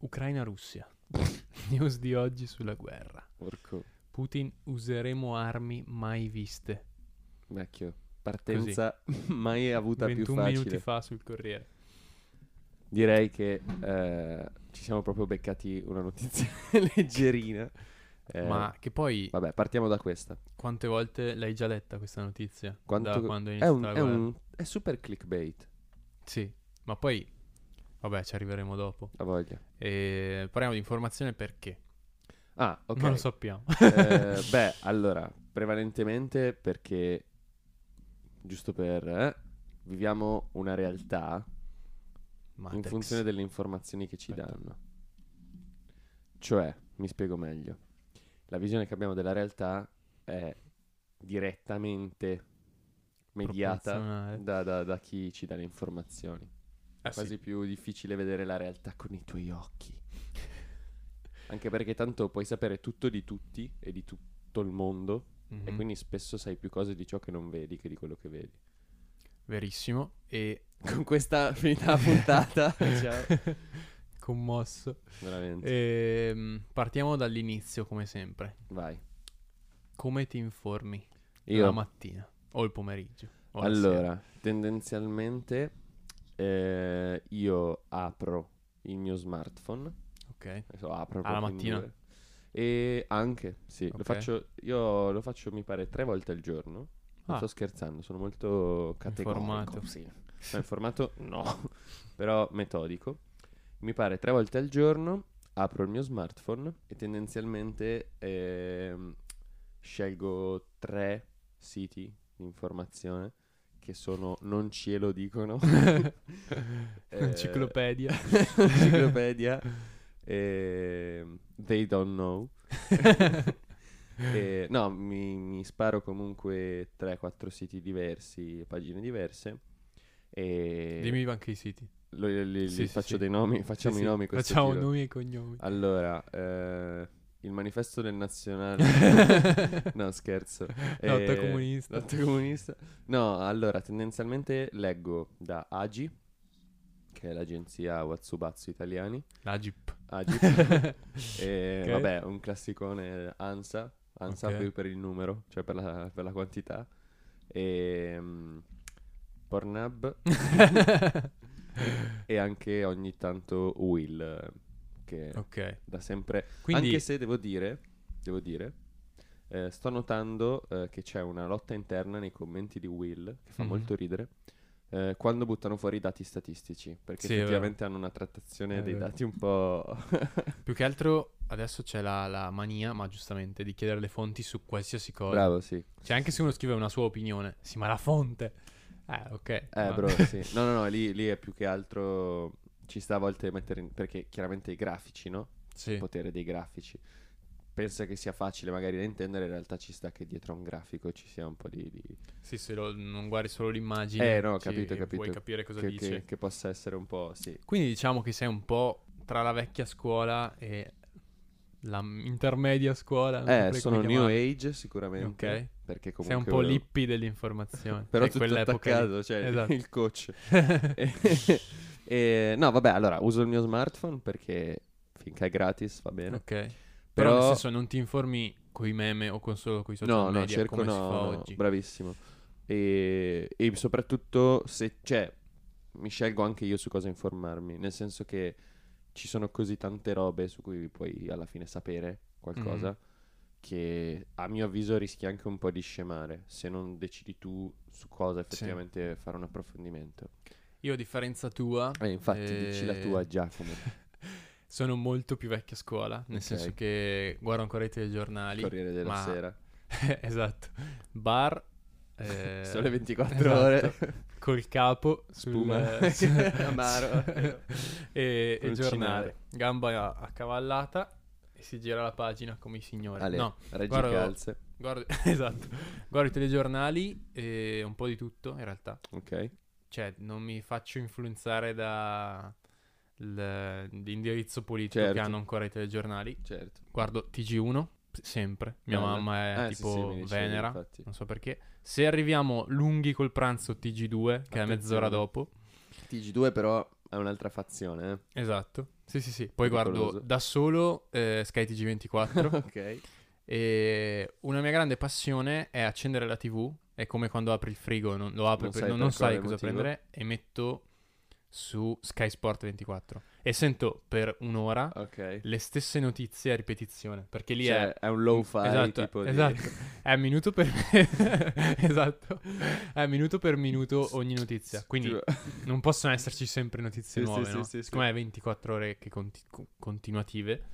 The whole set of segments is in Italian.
Ucraina-Russia. News di oggi sulla guerra. Porco Putin useremo armi mai viste. vecchio. Partenza mai avuta più 21 minuti facile. fa sul Corriere. Direi che eh, ci siamo proprio beccati una notizia leggerina. Eh, Ma che poi Vabbè, partiamo da questa. quante volte l'hai già letta questa notizia? Quanto- Da quando è È, iniziata un, la è, guerra. un- è super clickbait, Sì, ma poi... Vabbè, ci arriveremo dopo. la voglia. E parliamo di informazione perché. Ah, ok. Non lo sappiamo. Eh, beh, allora, prevalentemente perché, giusto per... eh, viviamo una realtà Ma in funzione delle informazioni che ci Aspetta. danno. Cioè, mi spiego meglio, la visione che abbiamo della realtà è direttamente mediata da, da- da chi ci dà le informazioni. Eh, Ah, È quasi più difficile vedere la realtà con i tuoi occhi. Anche perché tanto puoi sapere tutto di tutti e di tutto il mondo Mm-hmm. e quindi spesso sai più cose di ciò che non vedi che di quello che vedi. Verissimo. E... Con questa finita la puntata. ciao. Commosso. Veramente. Ehm, partiamo dall'inizio, come sempre. Vai. Come ti informi Io la mattina o il pomeriggio? o la sera? Allora, tendenzialmente eh, io apro il mio smartphone, ok. adesso apro Alla proprio in mattina? due, e anche, sì, Ok. lo faccio, io lo faccio mi pare tre volte al giorno, Ah. non sto scherzando, sono molto categorico, Informato. sì. No, informato no, però metodico, mi pare tre volte al giorno apro il mio smartphone e tendenzialmente ehm, scelgo tre siti di informazione che sono non ce lo dicono Eh, Enciclopedia. enciclopedia ehm, they don't know E, no mi, mi sparo comunque 3-4 siti diversi pagine diverse e Dimmi anche i siti. lo- li- li- Sì, li sì, faccio sì. dei nomi facciamo Sì, i sì, nomi questo Facciamo giro. nomi e cognomi. allora eh, il manifesto del nazionale Lotta no scherzo Eh, comunista. Lotta comunista. No, allora, tendenzialmente leggo da AGI, che è l'agenzia Watsubatsu italiani. La Jeep. AGI. e, Ok. Vabbè, un classicone ANSA, ANSA Ok. più per il numero, cioè per la, per la quantità. E, mm, Pornhub e anche ogni tanto Will, eh, che ok. da sempre... Quindi Anche se devo dire, devo dire, eh, sto notando eh, che c'è una lotta interna nei commenti di Will, che fa Mhm. molto ridere, eh, quando buttano fuori i dati statistici, perché Sì, è vero. effettivamente hanno una trattazione È dei vero. dati un po'... più che altro adesso c'è la, la mania, ma giustamente, di chiedere le fonti su qualsiasi cosa. Bravo, sì. Cioè, anche se uno scrive una sua opinione, sì, ma la fonte. Eh, ok. Eh, ma- bro, sì. No, no, no, lì, lì è più che altro... Ci sta a volte mettere in... perché chiaramente i grafici, no? Sì. Il potere dei grafici. Pensa che sia facile magari da intendere, in realtà ci sta che dietro a un grafico ci sia un po' di- di, Sì, se lo- non guardi solo l'immagine, Eh, no, ho ci- capito, ho puoi capito. capire cosa che, dice. che- che possa essere un po', sì, Quindi diciamo che sei un po' tra la vecchia scuola e la m- intermedia scuola. non Eh, saprei sono come New chiamarla. Age sicuramente. Ok. Perché comunque Sei un po' volevo- l'ippi dell'informazione. Però Sei tutto quell'epoca lì. attaccato, cioè Esatto. il Eh, coach. E- e- no, vabbè, allora uso il mio smartphone perché finché è gratis va bene. ok. Però, Però, nel senso non ti informi coi meme o con solo coi social no, media no, cerco come no, si fa no, oggi. bravissimo. E, e soprattutto se cioè mi scelgo anche io su cosa informarmi, nel senso che ci sono così tante robe su cui puoi alla fine sapere qualcosa. Mm-hmm. che a mio avviso rischi anche un po' di scemare se non decidi tu su cosa effettivamente fare un approfondimento. Io a differenza tua Eh, infatti, dici la Eh, tua, Giacomo. sono molto più vecchia scuola, nel Ok. senso che guardo ancora i telegiornali. Corriere della ma- Sera, esatto. Bar. eh, sole 24 esatto. ore. col capo sul, Spuma. su- Amaro. e, e Col giornale gamba accavallata e si gira la pagina come i signori Ale, no reggi guarda- calze. guardo esatto guardo i telegiornali e un po' di tutto in realtà Ok. cioè non mi faccio influenzare da l- l'indirizzo politico Certo. che hanno ancora i telegiornali Certo. guardo TG1 sempre mia Bella. mamma è Ah, sì, tipo sì, mi dicevi, venera infatti. non so perché se arriviamo lunghi col pranzo TG2 che è mezz'ora Attenzione. dopo TG2 però è un'altra fazione. eh. Esatto. Sì, sì, sì. Poi guardo Pericoloso. da solo eh, Sky TG24 ok. e una mia grande passione è accendere la TV. È come quando apri il frigo, non, lo apri Non per- sai non- per non sai quale cosa motivo. prendere e metto su Sky Sport 24 e sento per un'ora Ok. le stesse notizie a ripetizione, perché lì Cioè, è è un low fi Esatto, tipo di- esatto. È minuto per esatto. È minuto per minuto ogni notizia. Quindi Tipo- non possono esserci sempre notizie Sì, nuove, sì, no? sì, sì, sì. Siccome è 24 ore che conti- co- continuative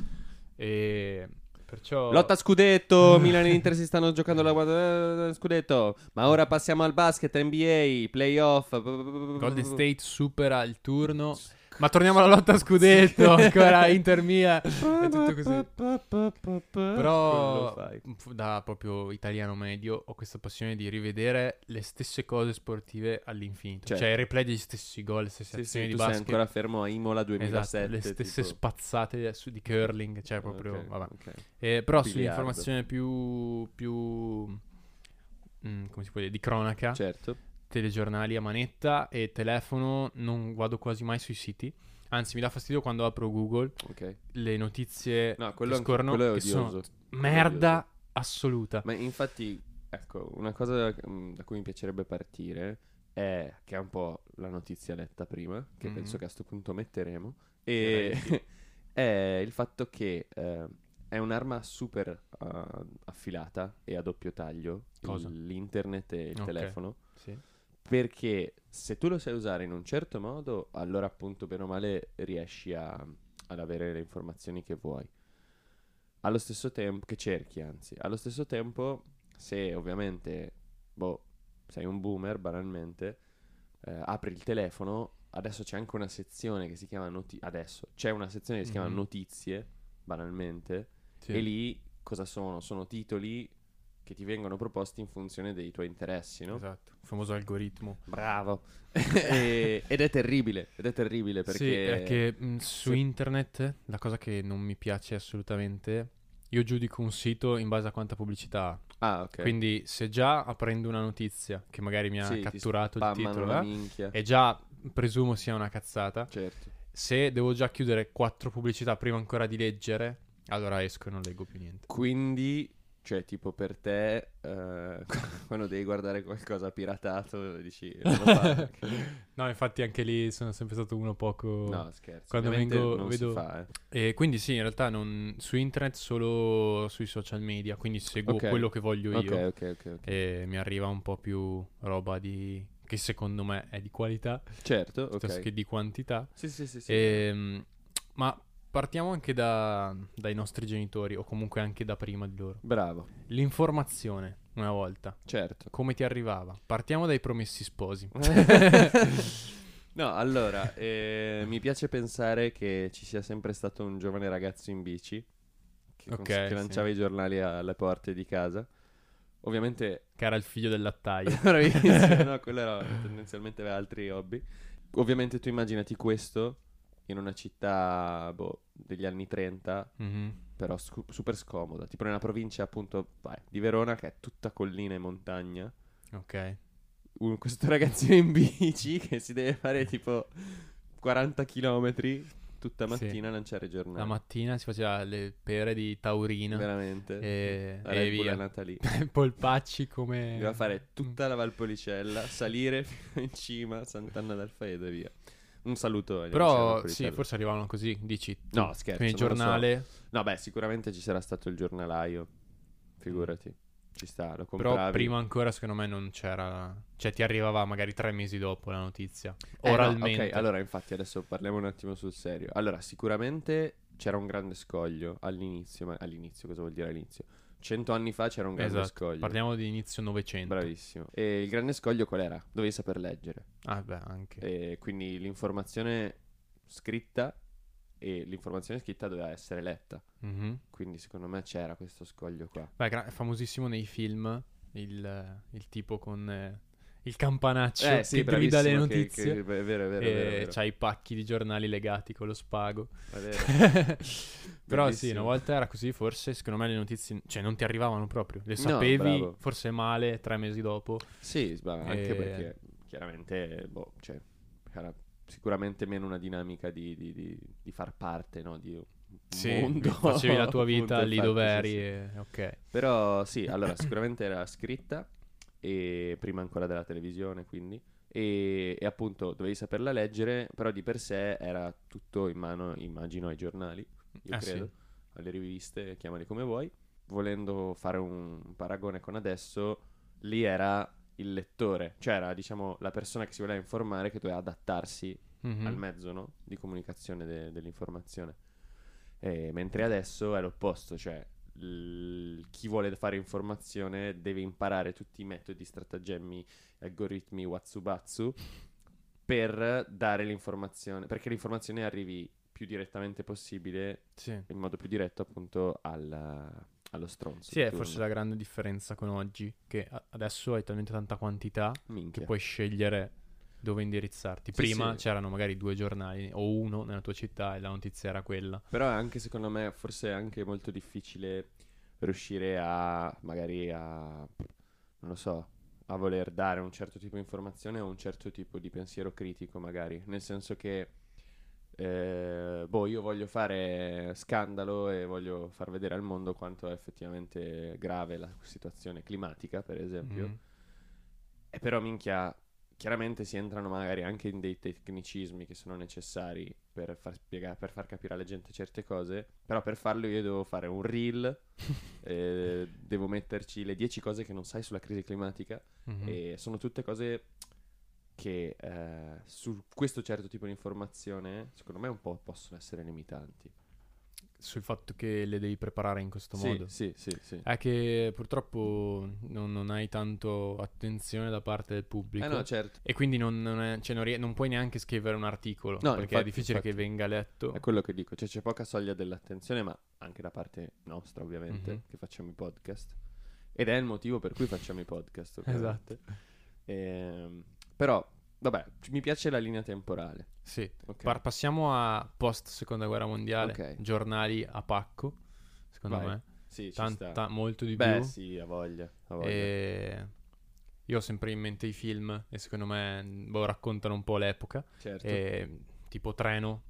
e perciò Lotta a scudetto, Milan e Inter si stanno giocando la guad- eh, scudetto. Ma ora passiamo al basket, NBA, playoff. Golden State supera il turno. Ma torniamo alla lotta a scudetto, ancora Inter mia. è tutto così. Però Come lo fai? f- da proprio italiano medio ho questa passione di rivedere le stesse cose sportive all'infinito. Certo. Cioè i replay degli stessi gol, le stesse Sì, sì, azioni tu di sei basket. ancora fermo a Imola Esatto, 2007. le stesse tipo. spazzate su di curling, cioè proprio, Ah, Ok, vabbè. ok. Eh, però Biliardo. sull'informazione più, più mm, come si può dire, di cronaca, Certo. telegiornali a manetta e telefono, non vado quasi mai sui siti. Anzi, mi dà fastidio quando apro Google Ok. le notizie No, che quello, anche- scorrono quello è che sono odioso. merda assoluta. Ma infatti, ecco, una cosa mm, da cui mi piacerebbe partire è che è un po' la notizia letta prima, che Mhm. penso che a sto punto metteremo, Direi e è il fatto che eh, è un'arma super eh, affilata e a doppio taglio, Cosa? il- l'internet e il Ok. telefono, Sì. perché se tu lo sai usare in un certo modo, allora appunto bene o male riesci a, ad avere le informazioni che vuoi. Allo stesso tempo, che cerchi anzi, allo stesso tempo, se ovviamente, boh, sei un boomer banalmente, eh, apri il telefono, adesso c'è anche una sezione che si chiama notizie, adesso c'è una sezione che si chiama Mhm. notizie, banalmente, Sì. e lì cosa sono? Sono titoli che ti vengono proposti in funzione dei tuoi interessi, no? Esatto, il famoso algoritmo. Bravo. E- ed è terribile, ed è terribile perché... Sì, perché mh, su se- internet la cosa che non mi piace assolutamente, io giudico un sito in base a quanta pubblicità ha. Ah, ok. Quindi se già aprendo una notizia che magari mi ha Sì, ti catturato il spammano titolo la eh, minchia. e già presumo sia una cazzata, Certo. se devo già chiudere quattro pubblicità prima ancora di leggere, allora esco e non leggo più niente. Quindi, cioè, tipo per te, eh, quando devi guardare qualcosa piratato, dici... "Non lo fare". No, infatti anche lì sono sempre stato uno poco... no, scherzo. Quando Ovviamente vengo- non vedo- si fa, eh. E quindi sì, in realtà non, su internet solo sui social media, quindi seguo Ok. quello che voglio io Ok, ok, ok. ok. e mi arriva un po' più roba di... che secondo me è di qualità Certo, ok. piuttosto che di quantità. Sì, sì, sì, sì. Ehm, ma partiamo anche da- dai nostri genitori o comunque anche da prima di loro. Bravo, L'informazione, una volta, certo. come ti arrivava? Partiamo dai promessi sposi. No, allora, eh, mi piace pensare che ci sia sempre stato un giovane ragazzo in bici che, cons- Ok, che sì. lanciava i giornali alle porte di casa. Ovviamente, che era il figlio del lattaio. bravissimo, no, quello era tendenzialmente aveva altri hobby. Ovviamente tu immaginati questo in una città boh, degli anni 30, Mhm. però scu- super scomoda, tipo nella provincia appunto vai, di Verona che è tutta collina e montagna. Ok. un- questo ragazzino in bici che si deve fare tipo 40 km tutta Sì. mattina a lanciare giornate. La mattina si faceva le pere di taurina. Veramente. e, La e Red Bull è via. Mm. nata lì. Polpacci come... Doveva fare tutta la Valpolicella, salire fino in cima, Sant'Anna d'Alfaedo e via. Un saluto agli amici della Però sì, Valpolicella. forse arrivavano così, dici. tu. No, scherzo. Quindi il non lo so. giornale, No, beh, sicuramente ci sarà stato il giornalaio. Figurati. Ci sta, lo compravi. Mm. però prima ancora secondo me non c'era... Cioè ti arrivava magari tre mesi dopo la notizia, Eh, no, oralmente. ok, allora infatti adesso parliamo un attimo sul serio. Allora, sicuramente c'era un grande scoglio all'inizio, ma all'inizio cosa vuol dire all'inizio? Cento anni fa c'era un grande Esatto, scoglio. Parliamo di inizio novecento. Bravissimo. E il grande scoglio qual era? Dovevi saper leggere. Ah beh, anche. E quindi l'informazione scritta e l'informazione scritta doveva essere letta. Mhm. Quindi secondo me c'era questo scoglio qua. Beh, gra- è famosissimo nei film il, eh, il tipo con eh, il campanaccio che grida le Eh, bravissimo, che- notizie. Eh, che- è vero, è vero, è vero. e è vero, è vero. c'ha i pacchi di giornali legati con lo spago. È vero. Però sì, Bellissimo. una volta era così, forse secondo me le notizie, cioè non ti arrivavano proprio, le No, sapevi bravo. forse male tre mesi dopo. Sì, ma anche E- perché chiaramente, boh, cioè, era sicuramente meno una dinamica di, di- di- di far parte no? di un Sì, mondo. facevi la tua vita appunto, lì infatti, dove sì, eri sì. e- ok. Però sì, allora sicuramente era scritta e prima ancora della televisione, quindi e, e appunto dovevi saperla leggere, però di per sé era tutto in mano, immagino, ai giornali, io Ah, sì. credo, alle riviste, chiamali come vuoi. Volendo fare un paragone con adesso, lì era il lettore, cioè era diciamo la persona che si voleva informare che doveva adattarsi Mhm. al mezzo no? di comunicazione de- dell'informazione. Eh, mentre adesso è l'opposto, cioè l- chi vuole fare informazione deve imparare tutti i metodi, stratagemmi, algoritmi, watsubatsu per dare l'informazione, perché l'informazione arrivi più direttamente possibile, Sì. in modo più diretto appunto al- allo stronzo. Sì, di è turno. forse la grande differenza con oggi, che a- adesso hai talmente tanta quantità che Minchia. puoi scegliere dove indirizzarti. Sì, Prima sì. c'erano magari due giornali o uno nella tua città e la notizia era quella. Però è anche secondo me forse è anche molto difficile riuscire a magari a non lo so, a voler dare un certo tipo di informazione o un certo tipo di pensiero critico magari, nel senso che eh, boh, io voglio fare scandalo e voglio far vedere al mondo quanto è effettivamente grave la situazione climatica, per esempio. Mm. E però minchia, chiaramente si entrano magari anche in dei tecnicismi che sono necessari per far, spiega- per far capire alla gente certe cose, però per farlo io devo fare un reel, eh, devo metterci le 10 cose che non sai sulla crisi climatica Mhm. e sono tutte cose che eh, su questo certo tipo di informazione secondo me un po' possono essere limitanti. Sul fatto che le devi preparare in questo Sì, modo. sì, sì, sì. È che purtroppo non, non hai tanto attenzione da parte del pubblico. Eh no, certo, E quindi non, non è- cioè non rie- non puoi neanche scrivere un articolo. No, perché è infatti, difficile infatti. che venga letto. è quello che dico, cioè c'è poca soglia dell'attenzione, ma anche da parte nostra ovviamente, Mhm. che facciamo i podcast. Ed è il motivo per cui facciamo i podcast, ovviamente. Esatto. Ehm, però, vabbè, c- mi piace la linea temporale. Sì. Ok. Par- passiamo a post seconda guerra mondiale. Ok. Giornali a pacco. Secondo Vai, me. sì, ci sta. Tanta, molto di Beh, più. sì, ha voglia, ha voglia. E io ho sempre in mente i film e secondo me boh, raccontano un po' l'epoca. certo. E, tipo treno,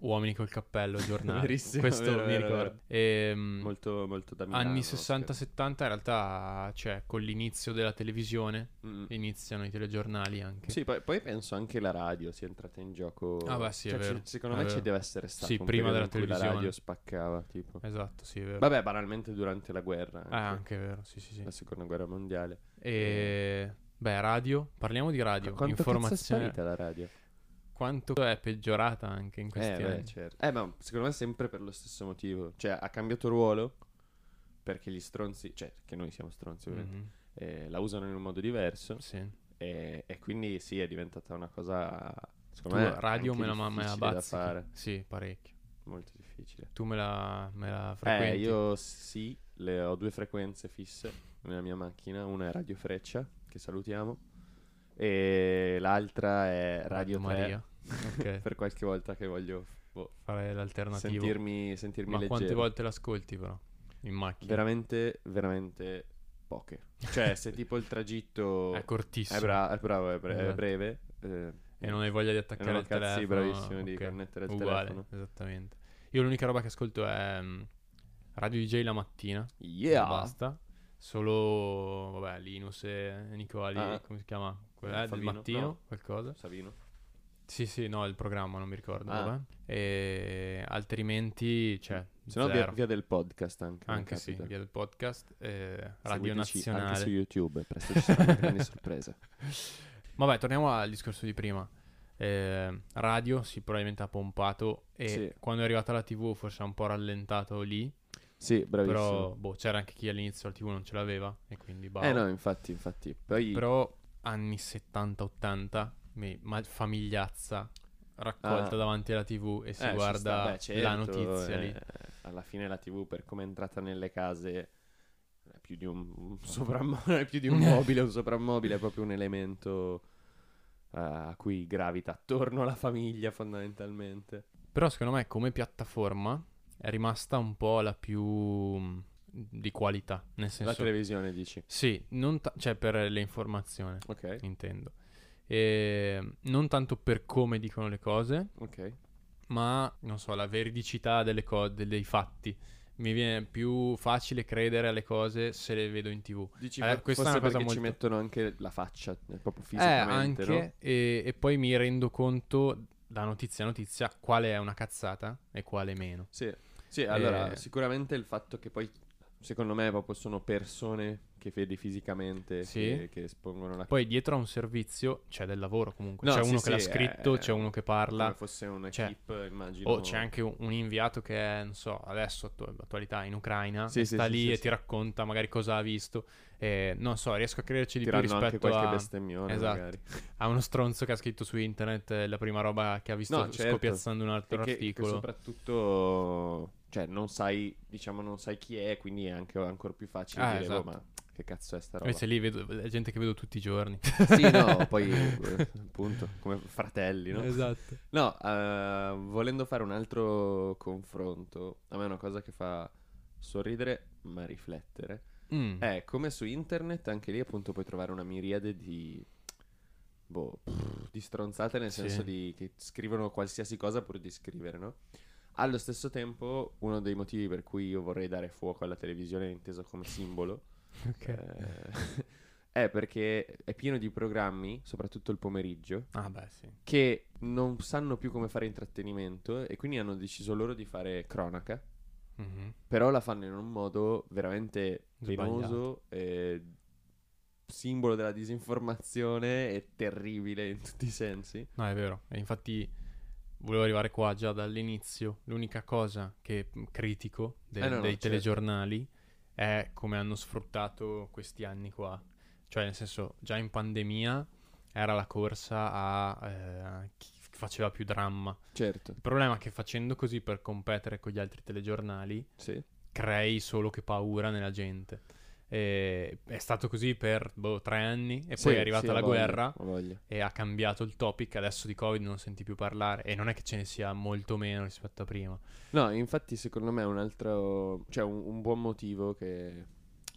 uomini col cappello, giornale. Verissimo, Questo vero, mi vero, ricordo. E, mm, molto, molto da Milano. anni Oscar. 60-70 in realtà, cioè con l'inizio della televisione, Mm. iniziano i telegiornali anche. Sì, poi, poi penso anche la radio sia entrata in gioco. Ah, beh, sì, è Cioè, ci- vero, secondo è me ci vero. deve essere stato Sì, un prima periodo della in cui televisione. la radio spaccava, tipo. Esatto, sì, è vero. Vabbè, banalmente durante la guerra. Ah, anche è vero, sì, sì, sì. La seconda guerra mondiale. E... Beh, radio, parliamo di radio, Quanto cazzo è informazione, sparita la radio? quanto è peggiorata anche in questi Eh, beh, anni. certo. Eh, ma secondo me sempre per lo stesso motivo. Cioè, ha cambiato ruolo perché gli stronzi, cioè, che noi siamo stronzi ovviamente, Mhm, eh, la usano in un modo diverso sì. e, e quindi sì, è diventata una cosa, Tu secondo me, radio anche me la, ma- me la difficile da bazzichi. fare, Sì, parecchio. molto difficile. Tu me la, me la Eh, frequenti? io sì, le- ho due frequenze fisse nella mia macchina, una è Radio Freccia, che salutiamo, e l'altra è Radio Radio 3, Eh, Maria. Ok. per qualche volta che voglio boh, Fare l'alternativo. sentirmi, sentirmi Ma quante leggero. volte l'ascolti però? In macchina. Veramente, veramente poche. Cioè, se tipo il tragitto È cortissimo. è, bra- è bravo, è, bre- è Esatto. breve. eh, E non hai voglia di attaccare non ho il cazzi, telefono. bravissimo, di ok. connettere il Uguale, telefono. esattamente. Io l'unica roba che ascolto è mm, Radio DJ la mattina. Yeah! e Basta. Solo, vabbè, Linus e Nicoli, Ah. come si chiama? Quella Eh, eh, del Fabino? mattino, No. qualcosa. Savino. Sì, sì, no, il programma non mi ricordo. Ah. vabbè. E altrimenti, cioè, Se no, via, zero. via del podcast anche. mi anche sì, capita. via del podcast, eh, Radio Seguiteci Nazionale. Anche su YouTube, presto ci saranno grandi sorprese. Vabbè, torniamo al discorso di prima. Eh, radio si probabilmente ha pompato e Sì. quando è arrivata la TV forse ha un po' rallentato lì, Sì, bravissimo. però boh, c'era anche chi all'inizio la TV non ce l'aveva e quindi bah. Eh no, infatti, infatti. Poi... Però anni 70-80, mi- ma famigliazza raccolta Ah. davanti alla TV e si Eh, ci sta, guarda beh, certo, la notizia eh, lì. Alla fine la TV, per come è entrata nelle case, è più di un, un sovrammo- è più di un mobile, un soprammobile, è proprio un elemento eh, a cui gravita attorno la famiglia, fondamentalmente. Però secondo me come piattaforma è rimasta un po' la più mh, di qualità, nel La senso televisione, dici. Sì, non ta- cioè per le informazioni, Ok. intendo. E non tanto per come dicono le cose, Ok. ma non so, la veridicità delle co- de- dei fatti. Mi viene più facile credere alle cose se le vedo in tv. Dici, Eh, fo- questa è forse una cosa perché ci molto- mettono anche la faccia, eh, proprio Eh, fisicamente, anche, no? e, e poi mi rendo conto da notizia a notizia quale è una cazzata e quale meno. Sì, sì allora Eh. sicuramente il fatto che poi, secondo me, proprio sono persone che vedi fisicamente, Sì. che, che espongono la Poi dietro a un servizio c'è del lavoro comunque. No, c'è sì, uno sì, che l'ha eh, scritto, c'è uno che parla. come fosse cioè- un'equipe, immagino. O c'è anche un un inviato che è, non so, adesso attu- attualità in Ucraina, Sì, sì, sta sì, lì sì, e sì. ti racconta magari cosa ha visto. E, non so, riesco a crederci di Tirando più anche rispetto qualche a, bestemmione, Esatto. magari. a uno stronzo che ha scritto su internet eh, la prima roba che ha visto No, certo. scopiazzando un altro Perché che articolo. soprattutto, cioè, non sai, diciamo, non sai chi è, quindi è anche ancora più facile Ah, dire, "Boh, esatto. ma che cazzo è sta roba? Invece lì vedo è gente che vedo tutti i giorni. sì, no, poi, eh, appunto, come fratelli, no? Esatto. No, eh, volendo fare un altro confronto, a me una cosa che fa sorridere, ma riflettere, Mm. è come su internet, anche lì appunto puoi trovare una miriade di... Boh, pff, di stronzate nel Sì. senso di che scrivono qualsiasi cosa pur di scrivere, no? Allo stesso tempo, uno dei motivi per cui io vorrei dare fuoco alla televisione inteso come simbolo ok. eh, è perché è pieno di programmi, soprattutto il pomeriggio, Ah, beh, sì. che non sanno più come fare intrattenimento e quindi hanno deciso loro di fare cronaca, Mhm. però la fanno in un modo veramente Sbagliato. penoso, e simbolo della disinformazione e terribile in tutti i sensi. No, è vero. E infatti volevo arrivare qua già dall'inizio. L'unica cosa che mh, critico de- Eh, no, no, dei certo. telegiornali è come hanno sfruttato questi anni qua. Cioè, nel senso, già in pandemia era la corsa a eh, chi faceva più dramma. Certo, Il problema è che facendo così per competere con gli altri telegiornali sì. crei solo che paura nella gente. E- è stato così per boh, tre anni e poi è arrivata la guerra e ha cambiato il topic, adesso di Covid non senti più parlare e non è che ce ne sia molto meno rispetto a prima. No, infatti secondo me un altro, cioè un, un buon motivo che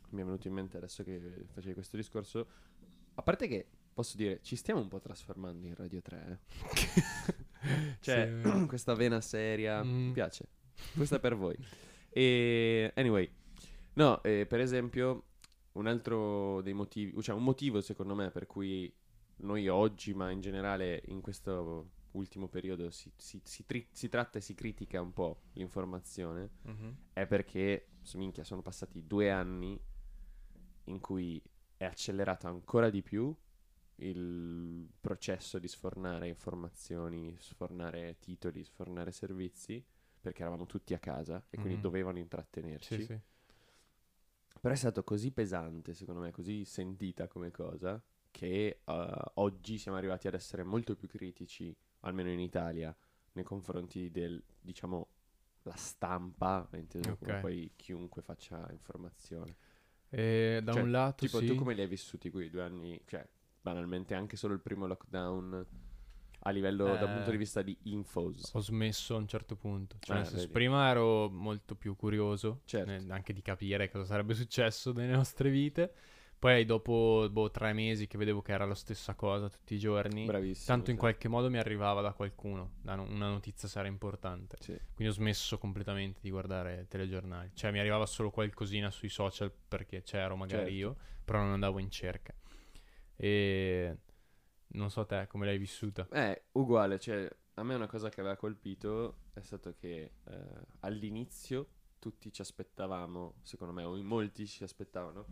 mi è venuto in mente adesso che facevi questo discorso, a parte che posso dire ci stiamo un po' trasformando in Radio 3, eh. Cioè, Sì, eh. questa vena seria mi Mm. piace. Questa è per voi. E anyway, no, eh, per esempio, un altro dei motivi, cioè un motivo secondo me per cui noi oggi, ma in generale in questo ultimo periodo si, si- si tri- si tratta e si critica un po' l'informazione, Mhm. è perché, s- minchia, sono passati due anni in cui è accelerato ancora di più il processo di sfornare informazioni, sfornare titoli, sfornare servizi, perché eravamo tutti a casa e quindi Mhm. dovevano Sì, intrattenerci. sì. Però è stato così pesante, secondo me, così sentita come cosa, che eh, oggi siamo arrivati ad essere molto più critici, almeno in Italia, nei confronti del, diciamo, la stampa, inteso come Ok. poi chiunque faccia informazione. E da Cioè, un lato tipo, sì. tu come li hai vissuti quei due anni? Cioè, banalmente, anche solo il primo lockdown a livello, dal Eh. punto di vista di infos. Ho smesso a un certo punto. Cioè, Ah, nel senso, vedi. prima ero molto più curioso Certo. eh, anche di capire cosa sarebbe successo nelle nostre vite. Poi, dopo boh, tre mesi che vedevo che era la stessa cosa tutti i giorni, Bravissimo. tanto in sì. qualche modo mi arrivava da qualcuno. da no- una notizia sarà importante. Sì. Quindi ho smesso completamente di guardare telegiornali. Cioè, mi arrivava solo qualcosina sui social perché c'ero magari io, però non andavo in cerca. E non so te come l'hai vissuta. Eh, uguale, cioè, a me una cosa che aveva colpito è stato che eh, all'inizio tutti ci aspettavamo, secondo me, o in molti ci aspettavano,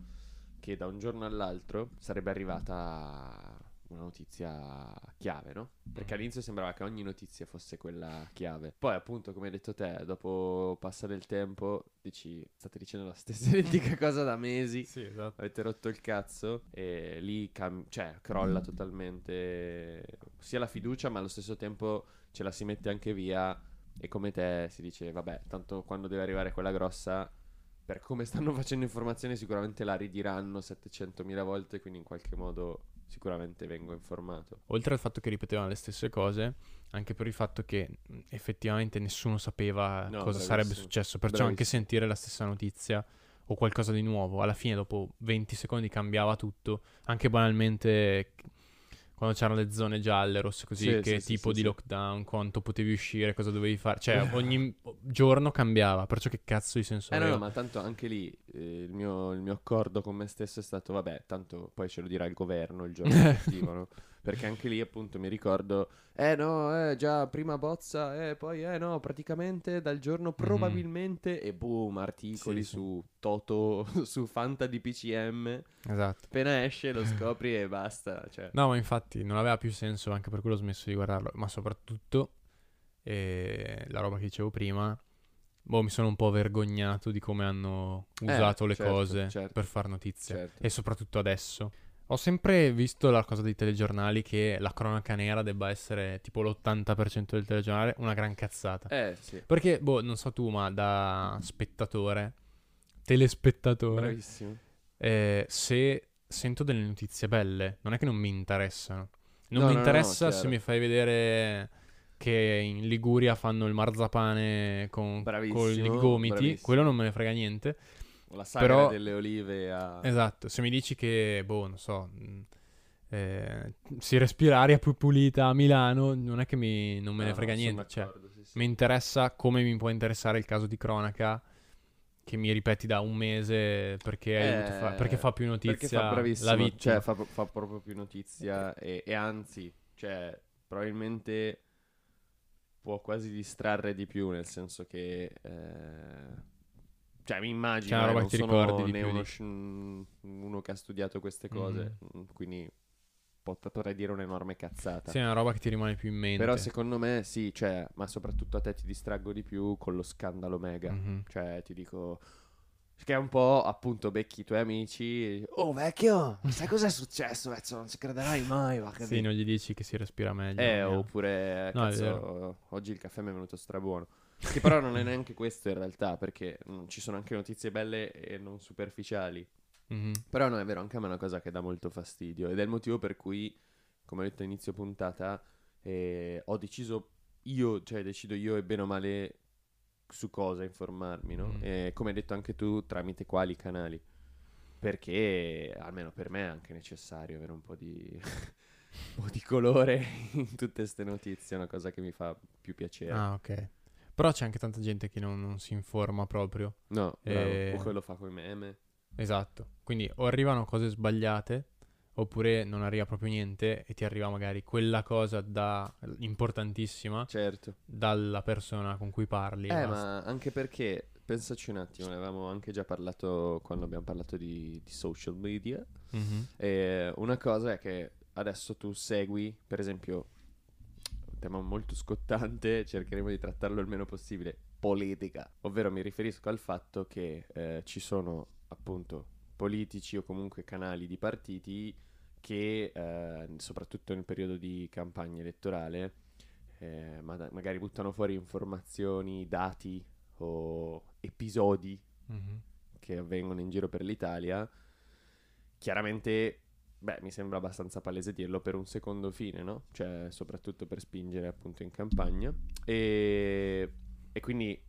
che da un giorno all'altro sarebbe arrivata una notizia chiave, no? Perché Mm. all'inizio sembrava che ogni notizia fosse quella chiave. Poi, appunto, come hai detto te, dopo passare il tempo, dici, state dicendo la stessa identica cosa da mesi. Sì, esatto. Avete rotto il cazzo e lì cam- cioè, crolla totalmente sia la fiducia, ma allo stesso tempo ce la si mette anche via. E come te si dice, vabbè, tanto quando deve arrivare quella grossa, per come stanno facendo informazioni, sicuramente la ridiranno 700.000 volte. Quindi in qualche modo sicuramente vengo informato. Oltre al fatto che ripetevano le stesse cose, anche per il fatto che mh, effettivamente nessuno sapeva No, cosa sarebbe bravissimo. successo, perciò anche Bravissimo. sentire la stessa notizia o qualcosa di nuovo, alla fine dopo 20 secondi cambiava tutto, anche banalmente quando c'erano le zone gialle, rosse, così, Sì, che sì, sì, tipo sì, di sì. lockdown, quanto potevi uscire, cosa dovevi fare. Cioè, ogni giorno cambiava, perciò che cazzo di senso Eh no, aveva? no, ma tanto anche lì eh, il, mio, il mio accordo con me stesso è stato, vabbè, tanto poi ce lo dirà il governo il giorno successivo, no? Perché anche lì appunto mi ricordo, eh no, eh, già prima bozza, eh poi eh no, praticamente dal giorno probabilmente e boom, articoli Mhm. Sì, sì. su Toto, su Fanta di PCM, Esatto. appena esce lo scopri e basta, cioè. No, ma infatti non aveva più senso, anche per quello ho smesso di guardarlo. Ma soprattutto, eh, la roba che dicevo prima, boh, mi sono un po' vergognato di come hanno usato le certo, cose certo. per far notizia. Certo. E soprattutto adesso. Ho sempre visto la cosa dei telegiornali che la cronaca nera debba essere tipo l'80% del telegiornale, una gran cazzata. Eh sì, Perché, boh, non so tu, ma da spettatore, telespettatore, bravissimo. eh, se sento delle notizie belle, non è che non mi interessano. Non No, mi no, no, interessa no, se chiaro. mi fai vedere che in Liguria fanno il marzapane con, Bravissimo, con i gomiti, bravissimo. quello non me ne frega niente. La sagra Però- delle olive a... Esatto, se mi dici che, boh, non so, mh, eh, si respira aria più pulita a Milano, non è che mi, non me ne No, frega no, sono niente. Cioè, d'accordo, sì, sì. mi interessa come mi può interessare il caso di cronaca che mi ripeti da un mese perché, hai dovuto fa- Eh, perché fa più notizia Perché fa bravissimo, la vittima. cioè fa, fa proprio più notizia e, e anzi, cioè, probabilmente può quasi distrarre di più, nel senso che... eh, cioè, mi C'è immagino, una eh, roba non che ti sono ricordi di Mm-hmm. né più, uno, dici. sci- un- uno che ha studiato queste cose, mm, quindi potrei dire un'enorme cazzata. Sì, è una roba che ti rimane più in mente. Però secondo me sì, cioè, ma soprattutto a te ti distraggo di più con lo scandalo mega. Mhm. Cioè, ti dico. Che è un po' appunto becchi i tuoi amici. Oh vecchio, sai cos'è successo? Ezzo? Non ci crederai mai. Va che Sì, non gli dici che si respira meglio. eh, no. oppure No, è cazzo, oggi il caffè mi è venuto strabuono. Che però non è neanche questo in realtà, perché mm, ci sono anche notizie belle e non superficiali. Mhm. Però no, è vero, anche a me è una cosa che dà molto fastidio ed è il motivo per cui, come ho detto all'inizio puntata, eh, ho deciso io, cioè decido io e bene o male su cosa informarmi, no? Mm. E come hai detto anche tu, tramite quali canali. Perché, almeno per me, è anche necessario avere un po' di, un po' di colore in tutte queste notizie, è una cosa che mi fa più piacere. Ah, ok. Però c'è anche tanta gente che non, non si informa proprio. No, bravo. Eh. o quello fa come meme. Esatto. Quindi o arrivano cose sbagliate, oppure non arriva proprio niente e ti arriva magari quella cosa da importantissima Certo. dalla persona con cui parli. e Eh, basta. ma anche perché, pensaci un attimo, ne avevamo anche già parlato quando abbiamo parlato di, di social media. Mhm. E una cosa è che adesso tu segui, per esempio, un tema molto scottante, cercheremo di trattarlo il meno possibile, politica. Ovvero mi riferisco al fatto che eh, ci sono appunto politici o comunque canali di partiti che, eh, soprattutto nel periodo di campagna elettorale, eh, ma- magari buttano fuori informazioni, dati o episodi Mhm. che avvengono in giro per l'Italia, chiaramente, beh, mi sembra abbastanza palese dirlo per un secondo fine, no? Cioè, soprattutto per spingere appunto in campagna. E, e quindi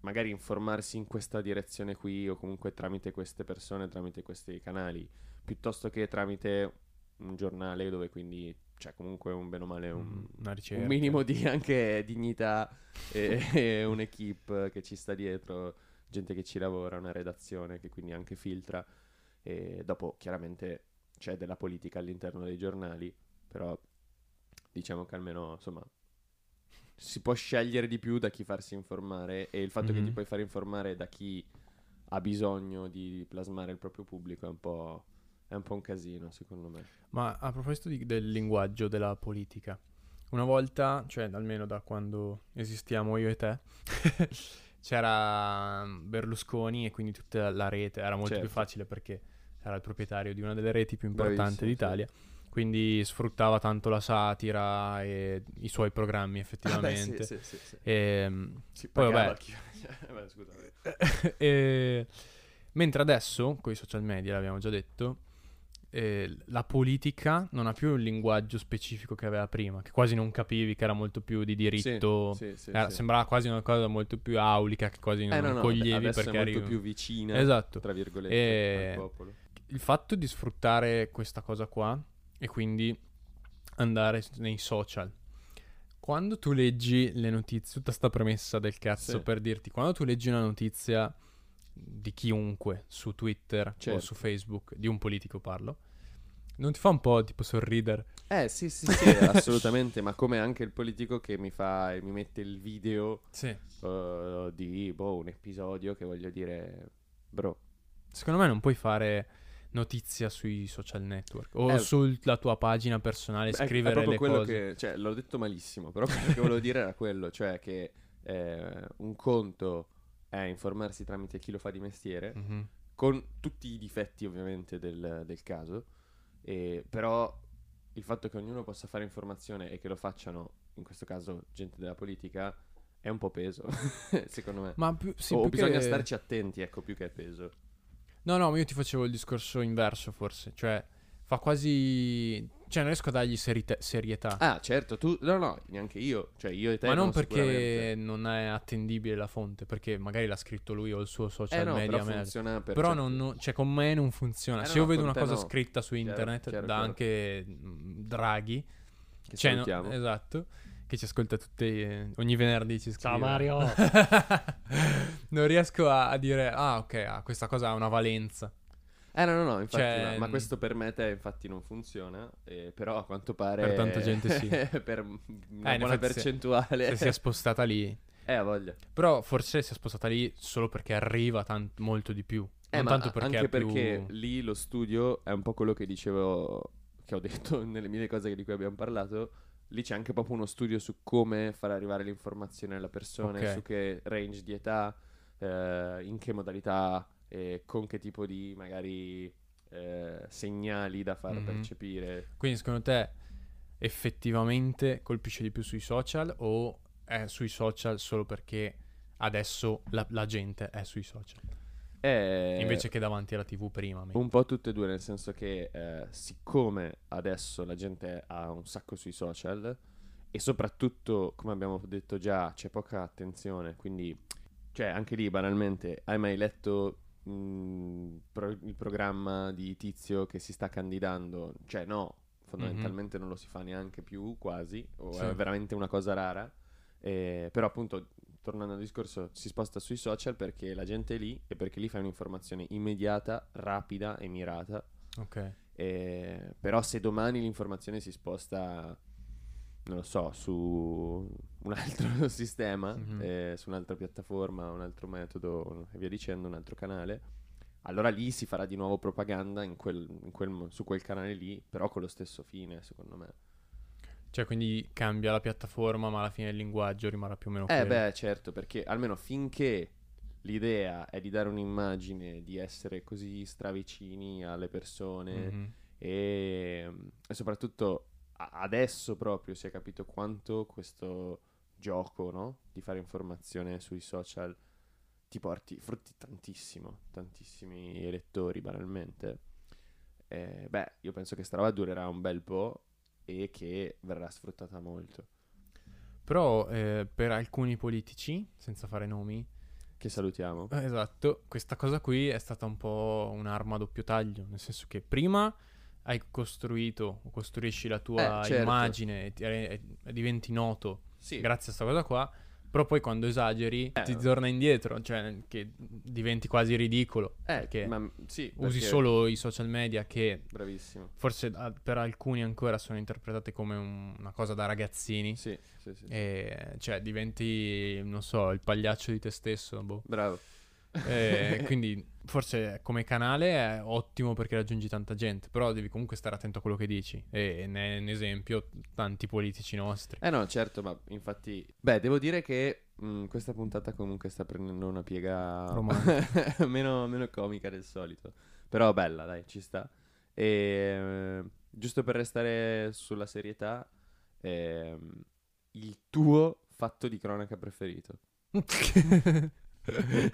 magari informarsi in questa direzione qui o comunque tramite queste persone, tramite questi canali, piuttosto che tramite un giornale dove quindi c'è comunque un bene o male un, Una ricerca. un minimo di anche dignità e, e un'equipe che ci sta dietro, gente che ci lavora, una redazione che quindi anche filtra. E dopo chiaramente c'è della politica all'interno dei giornali, però diciamo che almeno insomma si può scegliere di più da chi farsi informare e il fatto che Mhm. ti puoi far informare da chi ha bisogno di plasmare il proprio pubblico è un po', è un, po' un casino secondo me. Ma a proposito di- del linguaggio della politica, una volta, cioè almeno da quando esistiamo io e te, c'era mm, Berlusconi e quindi tutta la rete era molto Certo. più facile perché era il proprietario di una delle reti più importanti Bravissimo, sì. d'Italia. Quindi sfruttava tanto la satira e i suoi programmi effettivamente. Ah, sì, sì, sì, sì. Ehm, Si Poi pagava vabbè. chi- Eh Beh, scusa. E- Mentre adesso, con i social media, l'abbiamo già detto, eh, la politica non ha più il linguaggio specifico che aveva prima, che quasi non capivi, che era molto più di diritto. Sì, sì, Era- sì. Sembrava quasi una cosa molto più aulica, che quasi non Eh, no, no, coglievi adesso perché è molto eri- più vicina, Esatto. tra virgolette, E- al popolo. Il fatto di sfruttare questa cosa qua e quindi andare nei social. Quando tu leggi le notizie, tutta sta premessa del cazzo Sì. per dirti, quando tu leggi una notizia di chiunque su Twitter o Certo. su Facebook, di un politico parlo, non ti fa un po' tipo sorridere? Eh sì sì sì assolutamente ma come anche il politico che mi fa mi mette il video Sì. eh, di boh un episodio che voglio dire bro Secondo me non puoi fare notizia sui social network o Eh, sulla tua pagina personale, È- è scrivere proprio le quello cose. che cioè l'ho detto malissimo però quello che volevo dire era quello cioè che eh, un conto è informarsi tramite chi lo fa di mestiere Mhm. con tutti i difetti ovviamente del, del caso, e- però il fatto che ognuno possa fare informazione e che lo facciano, in questo caso gente della politica, è un po' peso, secondo me. Ma più, sì, o più bisogna che- starci attenti, ecco, più che è peso. No, no, ma io ti facevo il discorso inverso forse, cioè fa quasi... cioè non riesco a dargli serite- serietà. Ah, certo, tu... No, no, neanche io, cioè io e te Ma non no, sicuramente. perché non è attendibile la fonte, perché magari l'ha scritto lui o il suo social Eh no, media però manager. funziona per... Però certi- non, non- cioè, con me non funziona. Eh Se no, io no, vedo con una te cosa no. scritta su Chiaro, internet chiaro, da chiaro. anche mm, Draghi, Che cioè, no- salutiamo. esatto, che ci ascolta tutti eh, ogni venerdì ci scrive. Ciao Mario. non riesco a, a dire "Ah, ok, ah, questa cosa ha una valenza". Eh no, no, no, infatti, Cioè, no, ma mm. questo per me te infatti non funziona, eh, però a quanto pare... Per tanta gente sì. per una Eh, in effetti buona sì. percentuale. Se si è spostata lì. Eh, ha voglia. Però forse si è spostata lì solo perché arriva tan- molto di più. Eh, non ma tanto perché anche è più- perché lì lo studio è un po' quello che dicevo, che ho detto nelle mille cose di cui abbiamo parlato. Lì c'è anche proprio uno studio su come far arrivare l'informazione alla persona, Ok. su che range di età, eh, in che modalità, e con che tipo di magari eh, segnali da far Mhm. percepire. Quindi secondo te effettivamente colpisce di più sui social o è sui social solo perché adesso la, la gente è sui social? Eh, Invece che davanti alla tv prima. mi- Un po' tutte e due, nel senso che eh, siccome adesso la gente ha un sacco sui social e soprattutto, come abbiamo detto già, c'è poca attenzione, quindi cioè anche lì banalmente, hai mai letto mh, pro- il programma di Tizio che si sta candidando? Cioè no, fondamentalmente non lo si fa neanche più quasi, o Sì. è veramente una cosa rara, Eh, però appunto tornando al discorso, si sposta sui social perché la gente è lì e perché lì fai un'informazione immediata, rapida e mirata. Ok. Eh, però se domani l'informazione si sposta, non lo so, su un altro sistema, Mhm. eh, su un'altra piattaforma, un altro metodo e via dicendo, un altro canale, allora lì si farà di nuovo propaganda in quel- in quel mo- su quel canale lì, però con lo stesso fine, secondo me. Cioè quindi cambia la piattaforma ma alla fine il linguaggio rimarrà più o meno Eh quello. beh, certo, perché almeno finché l'idea è di dare un'immagine, di essere così stravicini alle persone Mhm. e, e soprattutto a- adesso proprio si è capito quanto questo gioco, no? Di fare informazione sui social ti porti frutti tantissimo, tantissimi elettori banalmente. Eh, beh, io penso che sta roba durerà un bel po' e che verrà sfruttata molto. Però eh, per alcuni politici, senza fare nomi, Che salutiamo. Eh, Esatto, questa cosa qui è stata un po' un'arma a doppio taglio, nel senso che prima hai costruito o costruisci la tua Eh, certo. immagine e, ti- e- e diventi noto Sì, grazie a questa cosa qua, però poi quando esageri Eh. ti torna indietro, cioè che diventi quasi ridicolo, Eh, perché ma sì, usi perché- solo i social media che Bravissimo. forse a- per alcuni ancora sono interpretate come un- una cosa da ragazzini. Sì, sì, sì. sì. E cioè diventi, non so, il pagliaccio di te stesso, boh. Bravo. Eh, quindi forse come canale è ottimo perché raggiungi tanta gente, però devi comunque stare attento a quello che dici. E ne è un esempio tanti politici nostri. Eh no, certo, ma infatti... Beh, devo dire che mh, questa puntata comunque sta prendendo una piega meno, meno comica del solito. Però bella, dai, ci sta. E, eh, giusto per restare sulla serietà, ehm, il tuo fatto di cronaca preferito.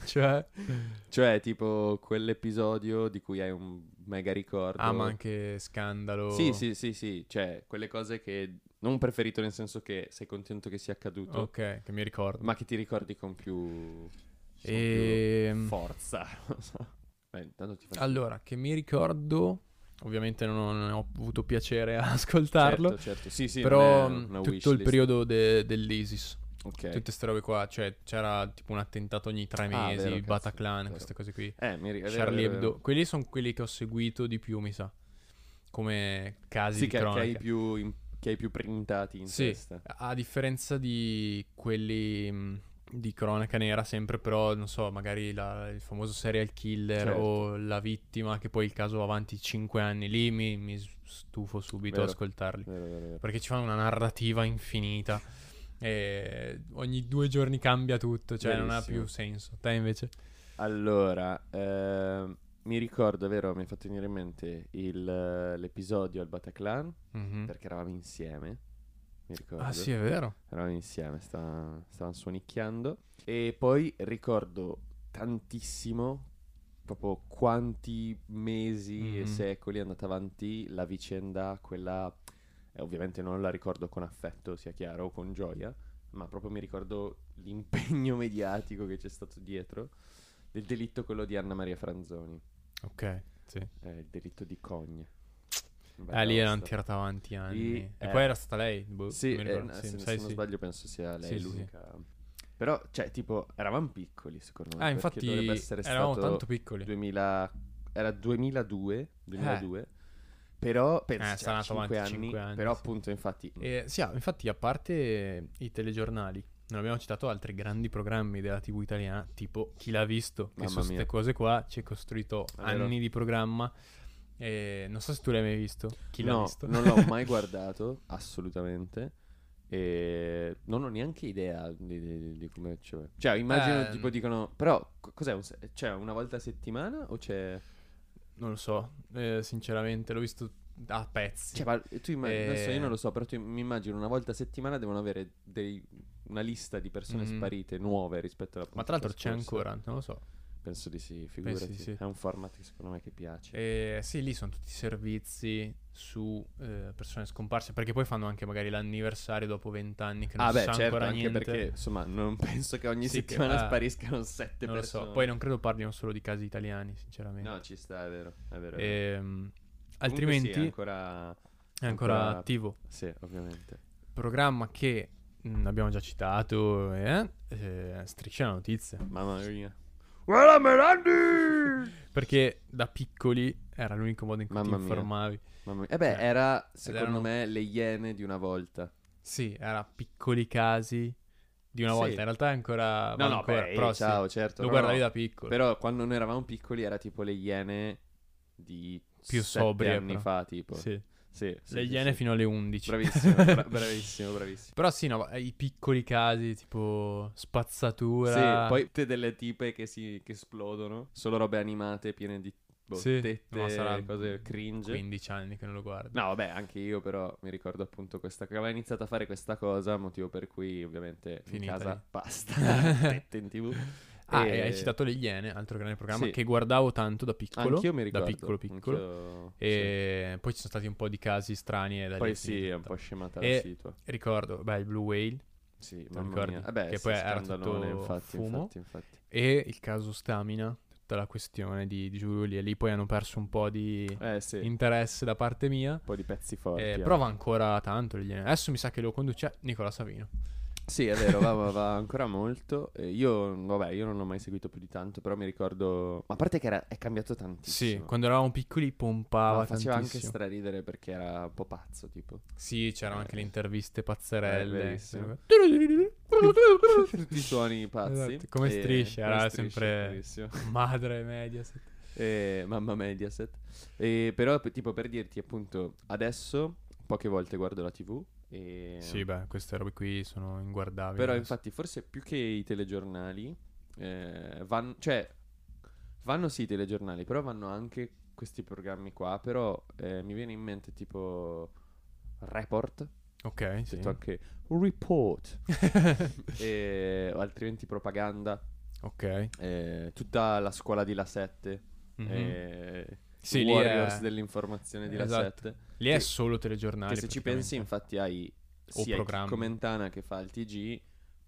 cioè, Cioè, tipo quell'episodio di cui hai un mega ricordo. ah, ma anche scandalo. Sì, sì, sì, sì, cioè quelle cose che non preferito nel senso che sei contento che sia accaduto, Ok, che mi ricordo. ma che ti ricordi con più, con Ehm, più forza. non so. Beh, intanto ti faccio... allora, che mi ricordo. Ovviamente non ho, non ho avuto piacere a ascoltarlo. Certo, certo. Sì, sì, però non è una mh, tutto il wishlist. periodo de- dell'ISIS, Ok. tutte queste robe qua, cioè c'era tipo un attentato ogni tre Ah, mesi, vero, cazzo, Bataclan, vero. queste cose qui. Eh, mi ri- è vero, Charlie è vero, è vero. Hebdo, quelli sono quelli che ho seguito di più, mi sa, come casi Sì, di che, che cronaca. hai più in- che hai più printati in Sì, testa. a differenza di quelli mh, di cronaca nera, sempre però, non so, magari la- il famoso serial killer Certo. o la vittima, che poi il caso va avanti 5 anni, lì mi, mi stufo subito ad Vero. ascoltarli. Vero, vero, vero. Perché ci fanno una narrativa infinita. E ogni due giorni cambia tutto, cioè non ha Verissimo. più senso. Te invece? Allora, ehm, mi ricordo, vero, mi è fatto venire in mente il, eh, l'episodio al Bataclan, Mhm. perché eravamo insieme, mi ricordo. Ah sì, è vero. Eravamo insieme, stavamo, stavamo suonicchiando. E poi ricordo tantissimo, proprio quanti mesi Mhm. e secoli è andata avanti la vicenda, quella... eh, ovviamente non la ricordo con affetto, sia chiaro, o con gioia, ma proprio mi ricordo l'impegno mediatico che c'è stato dietro del delitto quello di Anna Maria Franzoni, Ok, sì. eh, il delitto di Cogne. Ah, lì era erano tirata avanti anni. Lì, e eh. poi era stata lei. boh, Sì, mi eh, ricordo, no, sì, se, mi se sa di non sì. sbaglio penso sia Sì, lei sì, sì. l'unica. Però, cioè, tipo, eravamo piccoli secondo me. Ah, perché infatti dovrebbe essere eravamo stato tanto piccoli. 2000... Era 2002, 2002. Però, penso, Eh, eh, sarà andato 5 avanti anni, cinque anni, Però, sì. appunto, infatti... Eh, sì, ah, infatti, a parte i telegiornali, non abbiamo citato altri grandi programmi della TV italiana, tipo Chi l'ha visto, che Mamma su queste mia. cose qua ci è costruito vero. anni di programma. Eh, non so se tu l'hai mai visto. Chi l'ha no, visto? non l'ho mai guardato, assolutamente. E non ho neanche idea di, di- di come c'è. Cioè, immagino, Eh, tipo, dicono... Però, co- cos'è? Un se- cioè, una volta a settimana o c'è... Non lo so, eh, sinceramente, l'ho visto a pezzi. Cioè, ma tu immag- adesso Eh. io non lo so, però tu im- mi immagino una volta a settimana devono avere dei- una lista di persone Mm. sparite nuove rispetto alla Ma tra l'altro c'è puntata scorsa. ancora, non lo so. Penso di sì, figurati. sì. È un format che secondo me che piace. Eh, sì, lì sono tutti i servizi su eh, persone scomparse, perché poi fanno anche magari l'anniversario dopo vent'anni che non ah, si beh, sa certo, ancora anche niente. perché insomma, non penso che ogni Sì, che- settimana ah, spariscano sette non lo persone. so, poi non credo parlino solo di casi italiani, sinceramente. No, ci sta, è vero. È vero. è vero. Ehm, Comunque sì, altrimenti è ancora. è ancora ancora- attivo. Sì, ovviamente. Programma che mh, abbiamo già citato, eh, eh, Striscia la notizia. Mamma mia. Guarda Melandi! Perché da piccoli era l'unico modo in cui Mamma ti mia. informavi. Mamma mia. Eh beh, Eh, era secondo erano- me le iene di una volta. Sì, era piccoli casi di una Sì. volta. In realtà è ancora... va No, no, Ah, ancora, beh, però eh, sì, ciao, certo. Lo no, guardavi no. da piccolo. Però quando noi eravamo piccoli era tipo le iene di Più sette sobrie, anni però. fa, tipo. Sì. Sì, sì, Le sì, iene sì. fino alle 11. Bravissimo, bra- bravissimo, bravissimo. Però sì, no, i piccoli casi tipo spazzatura. Sì, poi tutte delle tipe che, si, che esplodono, solo robe animate piene di boh, Sì, tette, ma sarà cose cringe. 15 anni che non lo guardo. No, vabbè, anche io però mi ricordo appunto questa che aveva iniziato a fare questa cosa, motivo per cui ovviamente Finita in casa lì. basta, tette in tv. Ah, E- e hai citato Le Iene, altro grande programma Sì. che guardavo tanto da piccolo. Anch'io mi ricordo. Da piccolo, piccolo. anch'io- E poi ci sono stati un po' di casi strani. E da sì. lì Poi è sì, è finita. un po' scemata E- la situa. Ricordo, beh, il Blue Whale Sì, Te lo mamma ricordi? mia. Eh beh, Che sì, poi era scandalone, tutto infatti, fumo. infatti, infatti. e il caso Stamina, tutta la questione di, di Giulia. Lì poi hanno perso un po' di Eh sì, un interesse da parte mia. po' di pezzi forti. Eh, eh. però va ancora tanto Le Iene. Adesso mi sa che lo conduce Nicola Savino. Sì, è vero, va, va- va ancora molto. Eh, io, vabbè, io non l'ho mai seguito più di tanto, però mi ricordo... Ma a parte che era- è cambiato tantissimo. Sì, quando eravamo piccoli pompava Ma faceva anche tantissimo. straridere perché era un po' pazzo, tipo. Sì, c'erano anche Eh. le interviste Eh, pazzerelle. verissimo. Tutti Tutti i suoni pazzi. Esatto, come Eh, striscia, come era striscia, sempre- bravissimo. Madre media. se- Eh, mamma Mediaset. Eh, però, p- tipo, per dirti, appunto, adesso poche volte guardo la ehm, TV. E... Sì, beh, queste robe qui sono inguardabili. Eh. Però, adesso. infatti, forse più che i telegiornali, eh, vanno, cioè, vanno sì i telegiornali, però vanno anche questi programmi qua. Però eh, mi viene in mente tipo Report, Ok, sì. detto anche Report, e, o altrimenti Propaganda, ok. eh, tutta la scuola di La 7, Mhm. eh, Sì, lì Warriors è- dell'informazione di La Esatto. 7. Lì è che- solo telegiornali. Che se ci pensi, praticamente. infatti, hai O sia programmi. Comentana che fa il TG,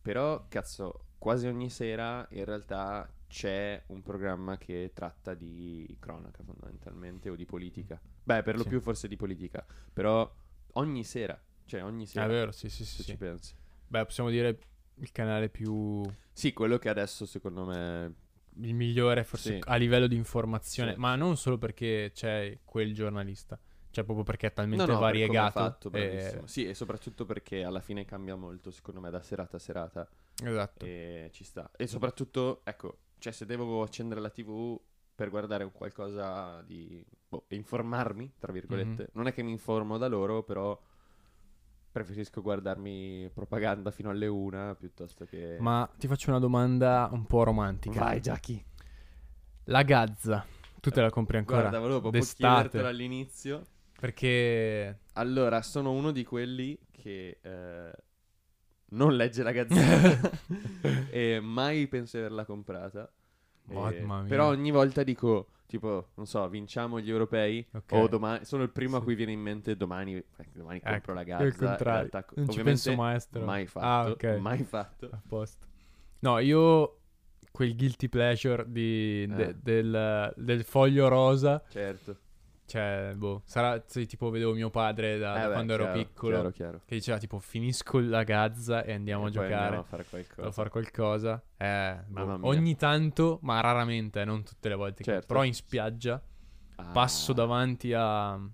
però cazzo, quasi ogni sera in realtà c'è un programma che tratta di cronaca fondamentalmente o di politica. Beh, per lo Sì. più forse di politica, però ogni sera, cioè ogni sera, È Ah, vero, sì, sì, se sì. ci sì. pensi. Beh, possiamo dire il canale più... Sì, quello che adesso secondo me il migliore forse Sì. a livello di informazione, Sì. ma non solo perché c'è quel giornalista, cioè proprio perché è talmente no, no, per come è variegato. fatto, e- bravissimo. Sì, e soprattutto perché alla fine cambia molto, secondo me, da serata a serata Esatto. e ci sta. E soprattutto, ecco, cioè se devo accendere la TV per guardare un qualcosa di boh, e informarmi, tra virgolette, Mhm. non è che mi informo da loro, però preferisco guardarmi propaganda fino alle una piuttosto che Ma ti faccio una domanda un po' romantica. Vai, Jackie. La Gazza, tu te la compri ancora? Guarda, volevo proprio d'estate, chiedertelo all'inizio. perché Allora, sono uno di quelli che eh, non legge la gazzetta e mai penso di averla comprata. Eh, Mamma mia. Però ogni volta dico, tipo, non so, vinciamo gli europei Ok. o domani... Sono il primo a Sì. cui viene in mente domani, eh, domani Ecco, compro la io gazza. il contrario. in realtà, non ci ovviamente, penso maestro. Mai fatto, Ah, ok. mai fatto. A posto. No, io quel guilty pleasure di- de- Eh. del, del foglio rosa, Certo. cioè, boh, sarà se tipo vedevo mio padre Ah, da, Eh da beh, quando ero chiaro, piccolo. Chiaro, chiaro. Che diceva tipo finisco la Gazza e andiamo a E poi giocare. andiamo a fare qualcosa. Devo fare qualcosa. Eh, Mamma boh, mia. ogni tanto, ma raramente, eh, non tutte le volte. che- Certo. Però in spiaggia Ah. passo davanti a, al-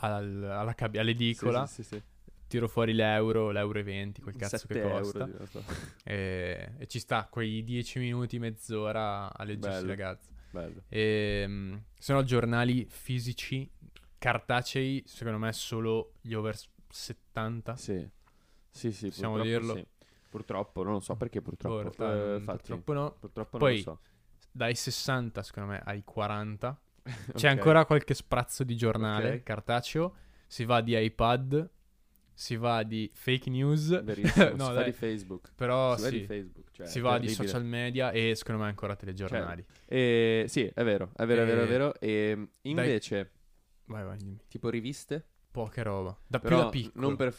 alla cab- Sì, all'edicola, sì, sì, sì. tiro fuori l'euro, l'euro e 20, quel cazzo che 7 euro, costa. di- non so. E, e ci sta quei 10 minuti, mezz'ora a leggersi Bello. la Gazza. Bello. Ehm, se no, giornali fisici, cartacei, secondo me solo gli over 70. Sì, sì, sì Possiamo purtroppo dirlo? sì. Purtroppo, non lo so perché purtroppo. Porca, Eh, mm, infatti, purtroppo no. purtroppo Poi, non lo Dai 60, secondo me, ai 40. so. C'è Ok. ancora qualche sprazzo di giornale Ok. cartaceo. Si va di iPad, si va di fake news. Verissimo, No, si fa dai. di Facebook. Però sì, si va di Facebook, cioè, si va di terribile. social media e secondo me ancora telegiornali. Eh, sì, è vero, è vero, è vero, è Eh, vero. E invece, Vai, vai, dimmi. tipo riviste, Poca roba. Da più però da piccolo. non per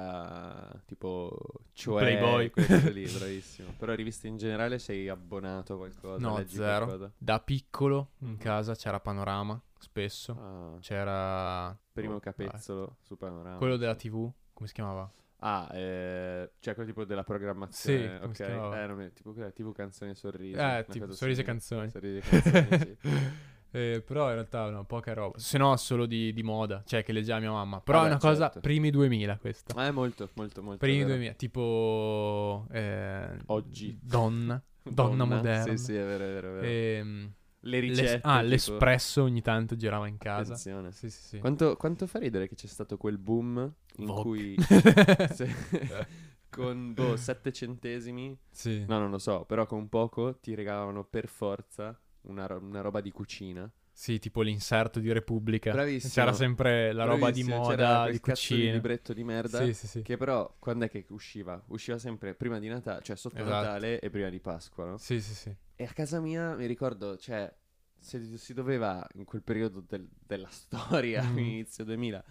forza tipo cioè Playboy. quelle cose lì, bravissimo. Però riviste in generale sei abbonato a qualcosa, No, leggi zero. qualcosa? Da piccolo in casa c'era Panorama, spesso. Ah, C'era... primo oh, capezzolo su Panorama. vai. Cioè, Quello della TV, come si chiamava? Ah, eh, cioè quel tipo della programmazione. Sì, come si ok. chiamava? Eh, non mi- tipo, quella- tipo canzoni e sorrisi. una Eh, tipo, cosa sorrisi e simile. canzoni. Sorrisi e canzoni, sì. Eh, però in realtà no, poca roba. Se no solo di, di moda, cioè che leggeva mia mamma. Però Vabbè, è una cosa certo. primi 2000 questa. Ma è Eh, molto, molto, molto. Primi vero. 2000, tipo... eh, Oggi. Donna. Donna moderna. Sì, sì, è vero, è vero. È vero. Ehm, le l'es- ah, ricette. esatto. tipo- l'espresso ogni tanto girava in casa. Attenzione. Sì, sì, sì. Quanto, quanto fa ridere che c'è stato quel boom in Vogue. cui se- con boh, 7 centesimi, Sì. no, non lo so, però con poco ti regalavano per forza una, ro- una roba di cucina. Sì, tipo l'inserto di Repubblica. Bravissimo. C'era sempre la roba di Bravissimo, c'era moda, quel di cazzo di cucina. libretto di merda. Sì, sì, sì. Che però, quando è che usciva? Usciva sempre prima di Natale, cioè sotto Esatto. Natale e prima di Pasqua, no? Sì, sì, sì. E a casa mia, mi ricordo, cioè, se si doveva in quel periodo del- della storia, Mm. inizio 2000,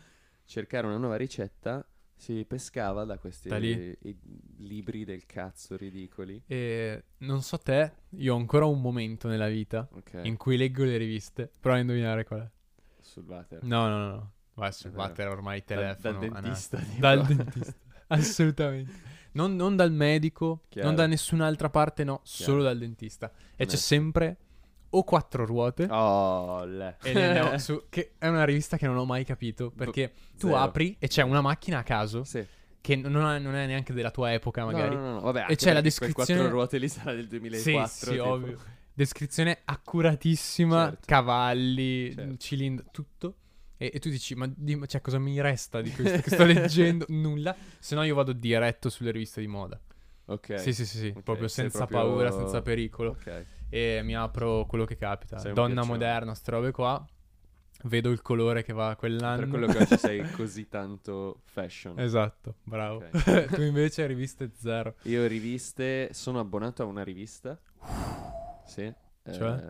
cercare una nuova ricetta, si pescava da questi Da lì. i- libri del cazzo ridicoli. E non so te, io ho ancora un momento nella vita Ok, in cui leggo le riviste. Prova a indovinare qual è. sul water. No, no, no, no. Vai sul È vero. water ormai Dal- telefono. dal anà. dentista. tipo. Dal dentista. Assolutamente. Non, non dal medico, Chiaro. non da nessun'altra parte, no, solo dal dentista. E c'è Onesto. sempre o quattro ruote Oh, le. e ne ho su- che è una rivista che non ho mai capito perché tu Boh, Zero. apri e c'è una macchina a caso Sì. che non, ha- non è neanche della tua epoca No, Ah, magari. No, no, no, vabbè, anche c'è la perché quel descrizione- quattro ruote lì sarà del 2004. sì, tipo. ovvio. Descrizione accuratissima, Certo. cavalli, Certo. cilindro, tutto. E, e tu dici, ma di- ma cioè, cosa mi resta di questo che sto leggendo? Nulla. Se no io vado diretto sulle riviste di moda. Ok. Sì, sì, sì, sì, Ok, proprio sei senza proprio- paura, senza pericolo. Ok. E mi apro quello che capita. Sei un Donna piaccione. moderna, ste robe qua. Vedo il colore che va quell'anno. Per quello che oggi sei così tanto fashion. Esatto, bravo. Ok. tu invece riviste zero. Io riviste, sono abbonato a una rivista. Sì. eh, Cioè?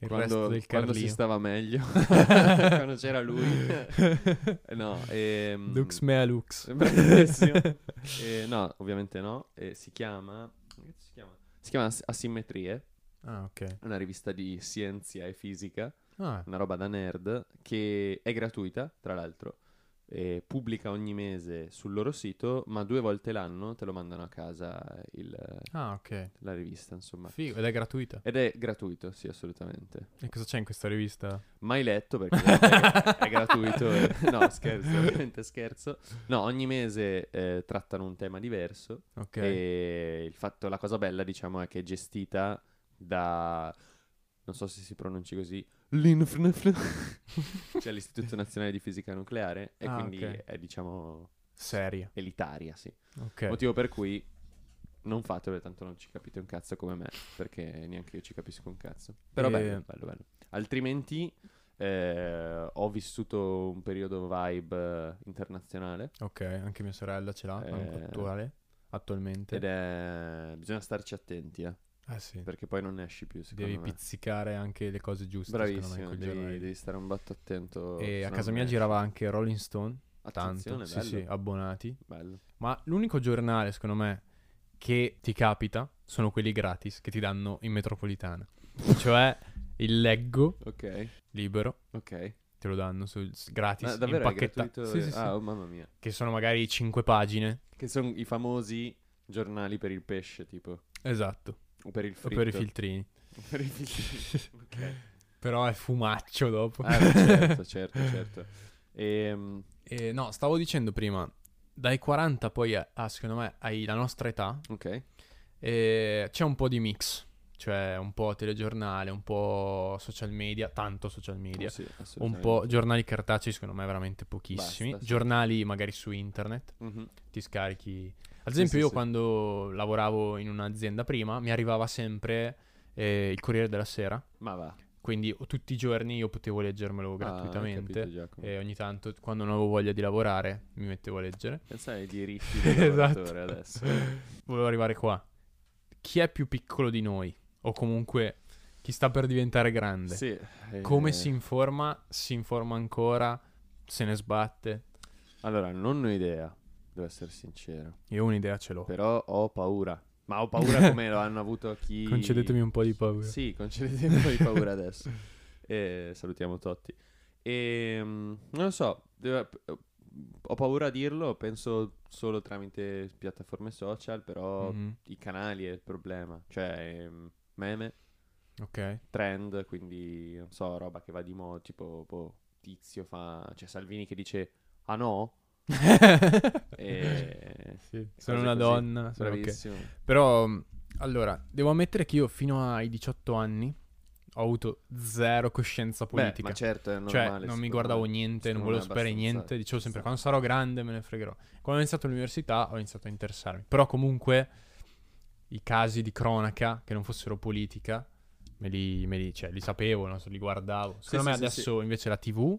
Il resto quando, del quando Carlino. si stava meglio. quando c'era lui. Eh, no, ehm, Lux mea lux. bravissimo. eh, no, ovviamente no. eh, si chiama... come cazzo si chiama? Si chiama As- Asimmetrie. Ah, ok. una rivista di scienza e fisica, Ah, una roba da nerd, che è gratuita, tra l'altro, e pubblica ogni mese sul loro sito, ma due volte l'anno te lo mandano a casa il- ah, ok. la rivista, insomma. Figo, ed è gratuita. Ed è gratuito, sì, assolutamente. E cosa c'è in questa rivista? Mai letto perché è, è gratuito. e- No, scherzo, ovviamente scherzo. No, ogni mese eh, trattano un tema diverso. Ok. E il fatto, la cosa bella, diciamo, è che è gestita da. Non so se si pronunci così. L'INFNF, cioè l'Istituto Nazionale di Fisica Nucleare. E Ah, quindi ok. è, diciamo, Seria. elitaria, sì. Ok. Motivo per cui non fatelo, tanto non ci capite un cazzo come me, perché neanche io ci capisco un cazzo. Però Eh. bello, bello, bello. Altrimenti eh, ho vissuto un periodo vibe eh, internazionale Ok, anche mia sorella ce l'ha, anche Eh, attuale, attualmente. ed è... bisogna starci attenti, eh, Ah sì, perché poi non ne esci più, secondo devi me. pizzicare anche le cose giuste, secondo me, Bravissimo, con i devi, giornali. devi stare un botto attento. se E a no casa non mia esci. girava anche Rolling Stone, Attenzione, tanto, sì sì, bello, abbonati. bello. Ma l'unico giornale, secondo me, che ti capita sono quelli gratis che ti danno in metropolitana. cioè il leggo Ok, libero, ok. te lo danno sul- s- gratis, Ma in davvero è pacchetta. gratuito? Sì, sì, sì. ah, oh, mamma mia. Che sono magari 5 pagine. Che sono i famosi giornali per il pesce, tipo. Esatto, O per il o fritto. per i filtrini. Per i filtri. ok. Però è fumaccio dopo. Ah, beh, certo, certo, certo. Ehm, Eh, no, stavo dicendo prima, dai 40 poi a, a, secondo me hai la nostra età, ok. eh, c'è un po' di mix, cioè un po' telegiornale, un po' social media, tanto social media, Sì, un assolutamente. po' giornali cartacei secondo me veramente pochissimi, Basta, sì. giornali magari su internet, Mhm. ti scarichi. Ad Sì, esempio sì, io sì. quando lavoravo in un'azienda prima mi arrivava sempre eh, il Corriere della Sera, Ma va. quindi o tutti i giorni io potevo leggermelo Ah, hai gratuitamente. Eh. capito, Giacomo. E ogni tanto, quando non avevo voglia di lavorare, mi mettevo a leggere. Pensa ai diritti del Esatto. lavoratore adesso. Volevo arrivare qua. Chi è più piccolo di noi? O comunque chi sta per diventare grande? Sì, eh, Come si informa? Si informa ancora? Se ne sbatte? Allora, non ho idea, devo essere sincero. Io un'idea ce l'ho. Però ho paura. Ma ho paura come lo hanno avuto chi... Concedetemi un po' di paura. Sì, concedetemi un po' di paura adesso. Eh, salutiamo Totti. Ehm, non lo so, eh, ho paura a dirlo, penso solo tramite piattaforme social, però Mhm, i canali è il problema. Cioè, ehm, meme, Ok. trend, quindi non so, roba che va di moda, tipo boh, tizio fa... Cioè Salvini che dice, ah no? E... Sì, Sono Eh, cose una così. donna. sono ok. Bravissimo. Però, mh, allora, devo ammettere che io fino ai 18 anni ho avuto zero coscienza Beh, politica. ma certo, è Cioè, normale. non mi secondo guardavo me. niente, non secondo volevo me è sapere abbastanza- niente. Dicevo sempre, quando sarò grande me ne fregherò. Quando ho iniziato l'università ho iniziato a interessarmi. Però comunque i casi di cronaca che non fossero politica, me li, me li- cioè, li sapevo, non so, li guardavo. Secondo sì, me sì, adesso invece la TV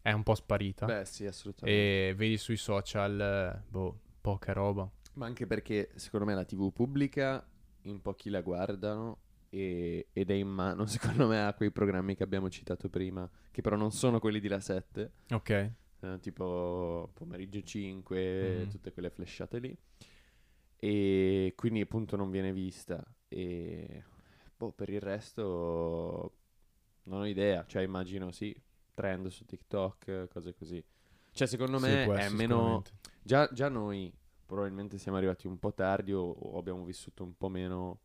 è un po' sparita. Beh, sì, assolutamente. e vedi sui social, eh, boh, poca roba. Ma anche perché secondo me la TV pubblica in pochi la guardano e- ed è in mano secondo me a quei programmi che abbiamo citato prima, che però non sono quelli di La 7, Ok, eh, tipo Pomeriggio 5, Mhm. tutte quelle flashate lì. E quindi appunto non viene vista e boh, per il resto non ho idea, cioè immagino sì, trend su TikTok, cose così. Cioè secondo Sì, me può è essere, meno sicuramente. Già, già noi probabilmente siamo arrivati un po' tardi o, o abbiamo vissuto un po' meno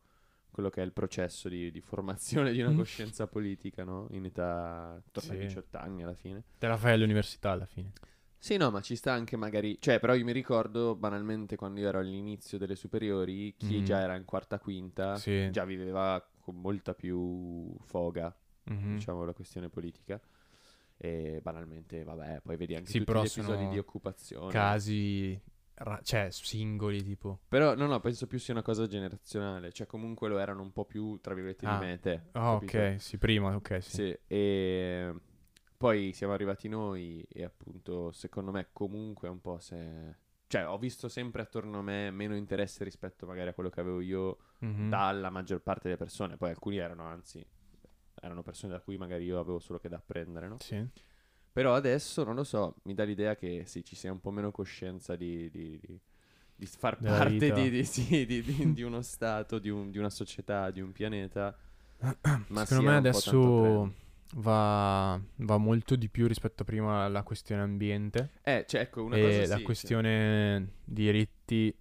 quello che è il processo di, di formazione di una Mm. coscienza politica, no? In età attorno ai Sì. 18 anni alla fine. Te la fai all'università alla fine. Sì, no, ma ci sta anche magari... Cioè, però io mi ricordo banalmente quando io ero all'inizio delle superiori, chi Mm. già era in quarta, quinta, Sì. già viveva con molta più foga, Mhm. diciamo, la questione politica. E banalmente, vabbè, poi vedi anche Sì, tutti però gli episodi sono di occupazione. Casi, ra- cioè, singoli tipo. Però no, no, penso più sia una cosa generazionale. Cioè, comunque lo erano un po' più, tra virgolette, Ah. di me e te. Ah, capito? ok, sì, prima, ok, sì. Sì. E poi siamo arrivati noi e appunto, secondo me, comunque un po' se... Cioè, ho visto sempre attorno a me meno interesse rispetto magari a quello che avevo io Mhm. dalla maggior parte delle persone. Poi alcuni erano, anzi, erano persone da cui magari io avevo solo che da apprendere, no? Sì. Però adesso, non lo so, mi dà l'idea che sì, ci sia un po' meno coscienza di, di- di- di far Della parte vita. di, di- sì, di- di- di uno stato, di, un- di una società, di un pianeta. Secondo Ma sia me un po' tanto adesso va, va molto di più rispetto a prima la questione ambiente Eh, cioè, ecco, una e cosa la sì, questione diritti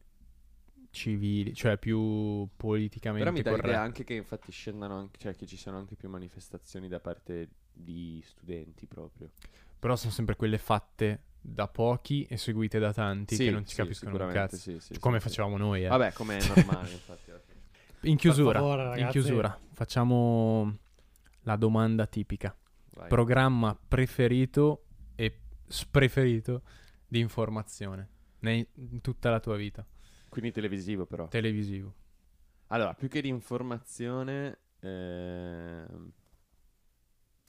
civili, cioè più cioè. Però politicamente mi dà l'idea corretta. anche che infatti scendano, anche, cioè che ci siano anche più manifestazioni da parte di studenti proprio. Però sono sempre quelle fatte da pochi e seguite da tanti che non ci sì, capiscono un sicuramente, cazzo. sì, sì, Come sì, sì. facevamo noi, eh. Vabbè, come è normale, infatti. alla fine. In chiusura, favore, in ragazzi. chiusura, facciamo la domanda tipica. Vai. Programma preferito e spreferito di informazione nei- in tutta la tua vita? Quindi televisivo, però. Televisivo. Allora, più che di informazione ehm,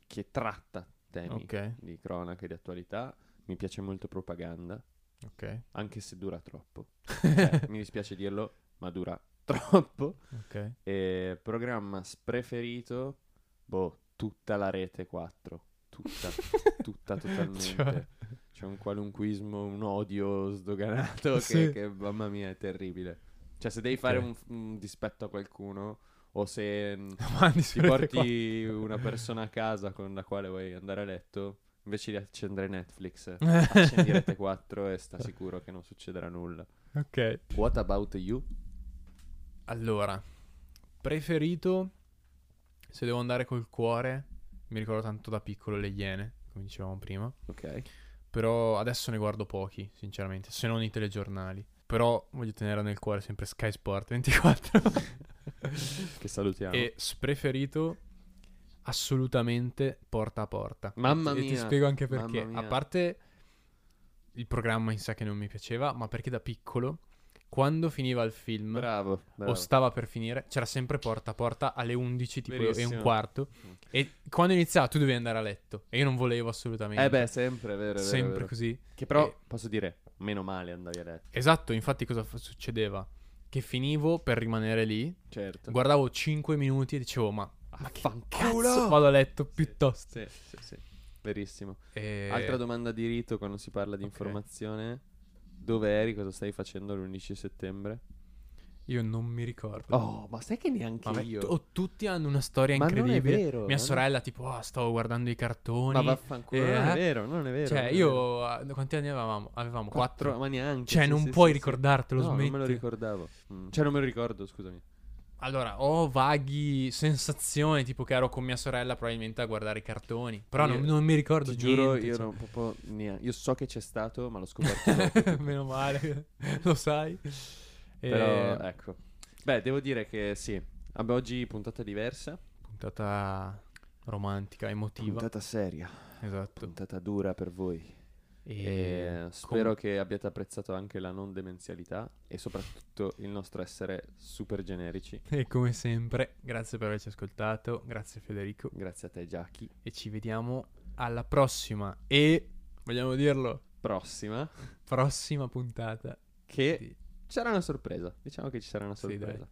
che tratta temi Ok, di cronaca e di attualità, mi piace molto propaganda, ok, anche se dura troppo. Cioè, mi dispiace dirlo, ma dura troppo. ok. E programma spreferito, boh, tutta la rete 4, tutta, tutta totalmente. Cioè, C'è un qualunquismo, un odio sdoganato che, Sì. che, mamma mia, è terribile. Cioè, se devi fare un, un dispetto a qualcuno, o se mm, domandi ti sulle porti una persona a casa con la quale vuoi andare a letto, invece di accendere Netflix, quattro. accendi Rete 4 e sta sicuro che non succederà nulla. ok. What about you? Allora, preferito, se devo andare col cuore, mi ricordo tanto da piccolo le Iene, come dicevamo prima. Ok. Però adesso ne guardo pochi, sinceramente, se non i telegiornali. Però voglio tenere nel cuore sempre Sky Sport 24. Che salutiamo. e spreferito assolutamente porta a porta. Mamma e, ti- E ti mia, spiego anche mamma perché. mia. A parte il programma in sé che non mi piaceva, ma perché da piccolo, quando finiva il film Bravo, bravo. o stava per finire, c'era sempre porta a porta alle 11 tipo e Verissimo. un quarto. E quando iniziava tu dovevi andare a letto. E io non volevo assolutamente. eh beh, sempre, vero, è vero, è sempre vero. così. Che però, Eh. posso dire, meno male andavi a letto. Esatto, infatti cosa f- succedeva? Che finivo per rimanere lì, Certo. guardavo 5 minuti e dicevo ma, ma che Affanculo! cazzo vado a letto Sì, piuttosto. Sì, sì, sì. Verissimo. E- Altra domanda di rito quando si parla di Ok. informazione. Dove eri? Cosa stai facendo l'11 settembre? Io non mi ricordo. Oh, ma sai che neanche Vabbè, io. t- oh, tutti hanno una storia Ma non è incredibile. vero, ma Mia non- sorella tipo "Ah, stavo guardando i cartoni. ma vaffanculo, eh, non è eh. vero, non è vero. cioè non è vero. io ah, quanti anni avevamo? Avevamo 4. quattro, ma neanche. Cioè sì, non sì, puoi sì, sì. ricordartelo, No, non me lo smetti. ricordavo. Mm. Cioè non me lo ricordo, scusami. Allora, ho vaghi sensazioni, tipo che ero con mia sorella probabilmente a guardare i cartoni. Però Io- non, non mi ricordo Ti giuro, niente, io cioè. non proprio nea- Io so che c'è stato, ma l'ho scoperto dopo. Meno male, lo sai. Eh, E- Però, ecco. Beh, devo dire che sì. Abbiamo oggi puntata diversa. Puntata romantica, emotiva. ecco. Puntata seria. Esatto. Puntata dura per voi. E... E Eh, spero che abbiate apprezzato anche la non demenzialità e soprattutto il nostro essere super generici. e come sempre, grazie per averci ascoltato. Grazie Federico. Grazie a te, Giacchi. E ci vediamo alla prossima. E vogliamo dirlo, Prossima, prossima puntata. che di- c'era una sorpresa. Diciamo che ci sarà una Sì, dai. sorpresa.